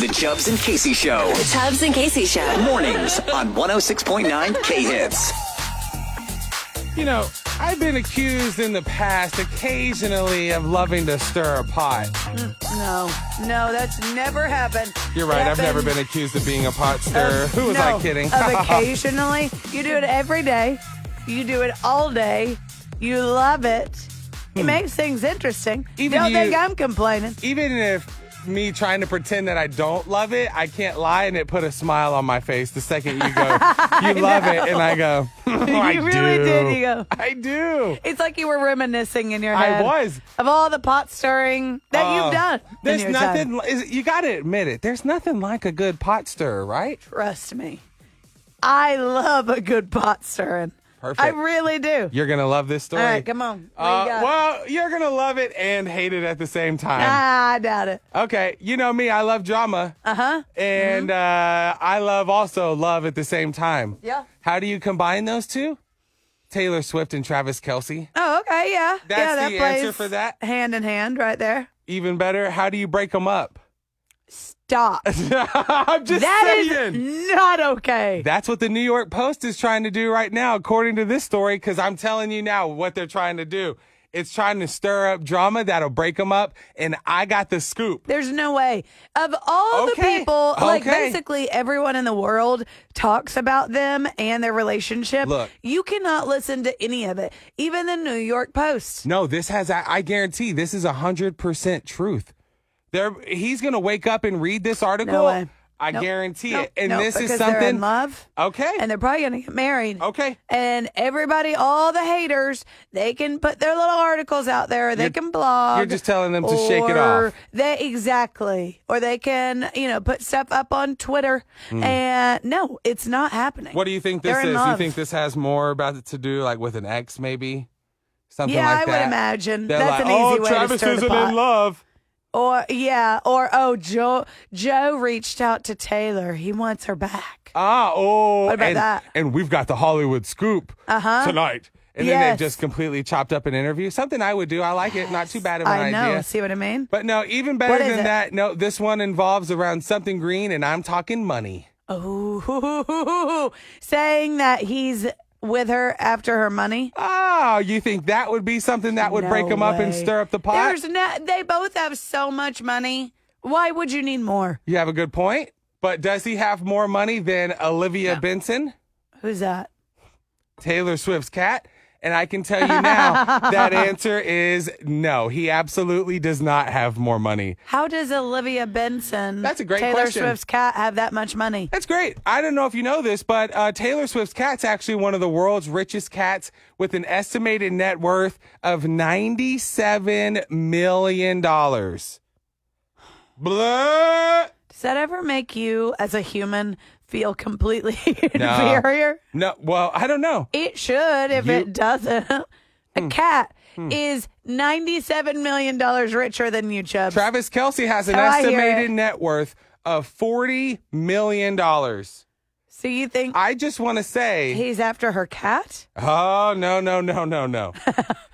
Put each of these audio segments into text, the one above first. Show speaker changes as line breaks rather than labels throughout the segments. The Chubbs and Casey Show.
The Tubbs and Casey Show.
Mornings on 106.9 K Hits.
You know, I've been accused in the past occasionally of loving to stir a pot.
No, no, that's never happened.
You're right, I've never
Happened
been accused of being a pot stirrer.
of-
Who was
no,
I kidding?
of occasionally, you do it every day. You do it all day. You love it. It makes things interesting.
Hmm. Even
Don't
you-
think I'm complaining.
Even if me trying to pretend that I don't love it, I can't lie and it put a smile on my face the second you go, you love it, and I go, "Oh, I
You really
do.
did, you go.
I do.
It's like you were reminiscing in your
I
head.
was.
Of all the pot stirring that
Uh,
you've done. in
There's
your
nothing.
Time.
li- Is, you got to admit it. There's nothing like a good pot stirrer, right?
Trust me. I love a good pot stirring.
Perfect.
I really do.
You're gonna love this story.
all right, come on. What
Uh,
you got?
well, you're gonna love it and hate it at the same time.
Ah, Uh-huh. Mm-hmm. I doubt it.
Okay, you know me. I love drama. Uh huh. And uh, I love also love at the same time.
Yeah.
How do you combine those two? Taylor Swift and Travis Kelsey.
Oh, okay, yeah.
That's
yeah, that
the
plays
answer for that?
Hand in hand right there.
Even better, how do you break them up?
Stop.
I'm just
that
saying.
is not okay.
That's what the New York Post is trying to do right now, according to this story, because I'm telling you now what they're trying to do. It's trying to stir up drama that'll break them up, and I got the scoop.
There's no way. Of all
Okay.
the people, like
Okay.
basically everyone in the world talks about them and their relationship.
Look.
You cannot listen to any of it, even the New York Post.
No, this has, I I guarantee, this is 100% truth. There, he's going to wake up and read this article.
No way.
I
Nope.
guarantee
Nope.
it. And
Nope.
this is
Because They're in
something.
love.
Okay.
And they're probably going to get married.
Okay.
And everybody, all the haters, they can put their little articles out there. They
You're-
can blog.
you're just telling them to shake it off.
or They exactly, or they can, you know, put stuff up on Twitter. And no, it's not happening.
Hmm. What do you think this
They're in
is? You
love.
think this has more about it to do, like with an ex, maybe? Something
Yeah,
like
I would
that.
imagine.
They're
That's
like,
an easy
oh,
way to
Travis
stir the
isn't
pot."
in love.
Or yeah, or oh, Joe Joe reached out to Taylor. He wants her back.
Ah, oh.
What about
and,
that?
And we've got the Hollywood scoop uh-huh. tonight. And then
Yes.
they just completely chopped up an interview. Something I would do. I like it. Not too bad of an
I know.
idea.
See what I mean?
But no, even better
What is
than
it?
that, no, this one involves around something green, and I'm talking money.
Oh, saying that he's with her after her money.
Oh, you think that would be something that would
No
break them up and
way.
stir up the pot?
There's no, they both have so much money. Why would you need more?
You have a good point. But does he have more money than Olivia Benson,
Who's that?
Taylor Swift's cat? And I can tell you now, that answer is no. He absolutely does not have more money.
How does Olivia Benson,
That's a great
Taylor
question.
Swift's cat, have that much money?
That's great. I don't know if you know this, but uh, Taylor Swift's cat's actually one of the world's richest cats with an estimated net worth of $97 million. Blah!
Does that ever make you, as a human, feel completely
No.
inferior?
No, well, I don't know.
It should if
You- Hmm.
it doesn't. A cat is $97 million richer than you, Chubbs.
Travis Kelsey has an
Oh, I hear
estimated
it.
net worth of $40 million.
so you think
I just want to say.
he's after her cat?
Oh no no no no no!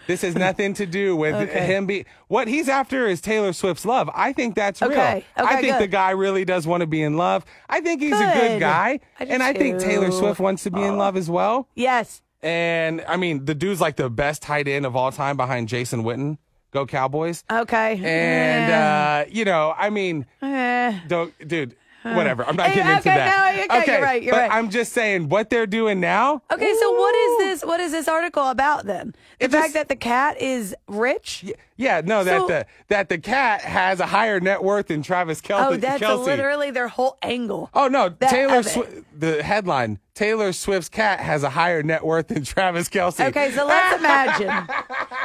this has nothing to do with
Okay.
him. Be what he's after is Taylor Swift's love. I think that's real.
Okay.
I
Okay,
think the
good.
guy really does want to be in love. I think he's a good
Good.
guy,
I do
and I think Taylor
too.
Swift wants to be in love as well.
Yes.
And I mean, the dude's like the best tight end of all time behind Jason Witten. Go Cowboys!
Okay.
And
Oh, Yeah.
uh, you know, I mean,
Eh.
don't, dude. Whatever. I'm not
Hey,
getting into
okay,
that.
no, okay, you're right, you're
but
right.
I'm just saying what they're doing now.
Okay, so what is this? What is this article about then? The
It
fact
just-
that the cat is rich.
Yeah, no, that
So-
the that the cat has a higher net worth than Travis Kelce.
oh, that's
Kelsey.
literally their whole angle.
Oh no,
that
Taylor.
of it.
Swi- the headline: Taylor Swift's cat has a higher net worth than Travis Kelce.
Okay, so let's imagine.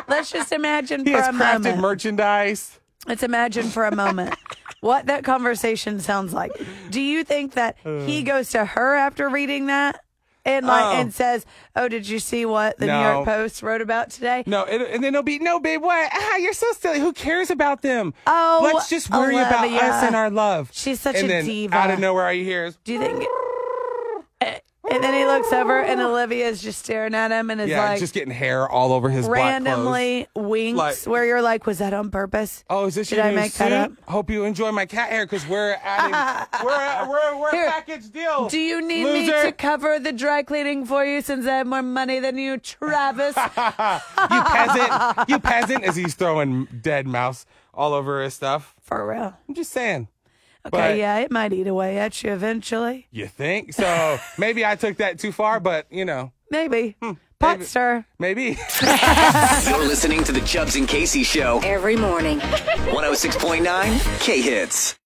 Let's just imagine
he
for
has
a
crafted
moment.
merchandise.
let's imagine for a moment what that conversation sounds like. Do you think that
Uh.
he goes to her after reading that? And like,
Oh.
and says, "Oh, did you see what the New York
No.
Post wrote about today?"
No, and, and then he'll be no, babe. What? Ah, you're so silly. Who cares about them?
Oh,
let's just worry about
Olivia.
us and our love.
She's such
and
a
then
diva.
Out of nowhere, all you hear is
Do you think? eh, And then he looks over, and Olivia's just staring at him, and is
Yeah,
like
just getting hair all over his Black clothes.
randomly winks,
Like-
where you're like, "Was that on purpose?"
Oh, is this
Did
your
I
new
make
suit?
that up?
Hope you enjoy my cat hair because we're adding, we're a, we're, we're
Here.
a package deal.
Do you need me
Loser.
to cover the dry cleaning for you since I have more money than you, Travis?
you peasant, you peasant, as he's throwing dead mouse all over his stuff.
for real.
I'm just saying.
Okay,
But-
yeah, it might eat away at you eventually.
You think so? maybe I took that too far, but you know,
Maybe. Pot stir.
Hmm, maybe.
You're listening to the Chubbs and Casey Show.
Every morning.
106.9 K Hits.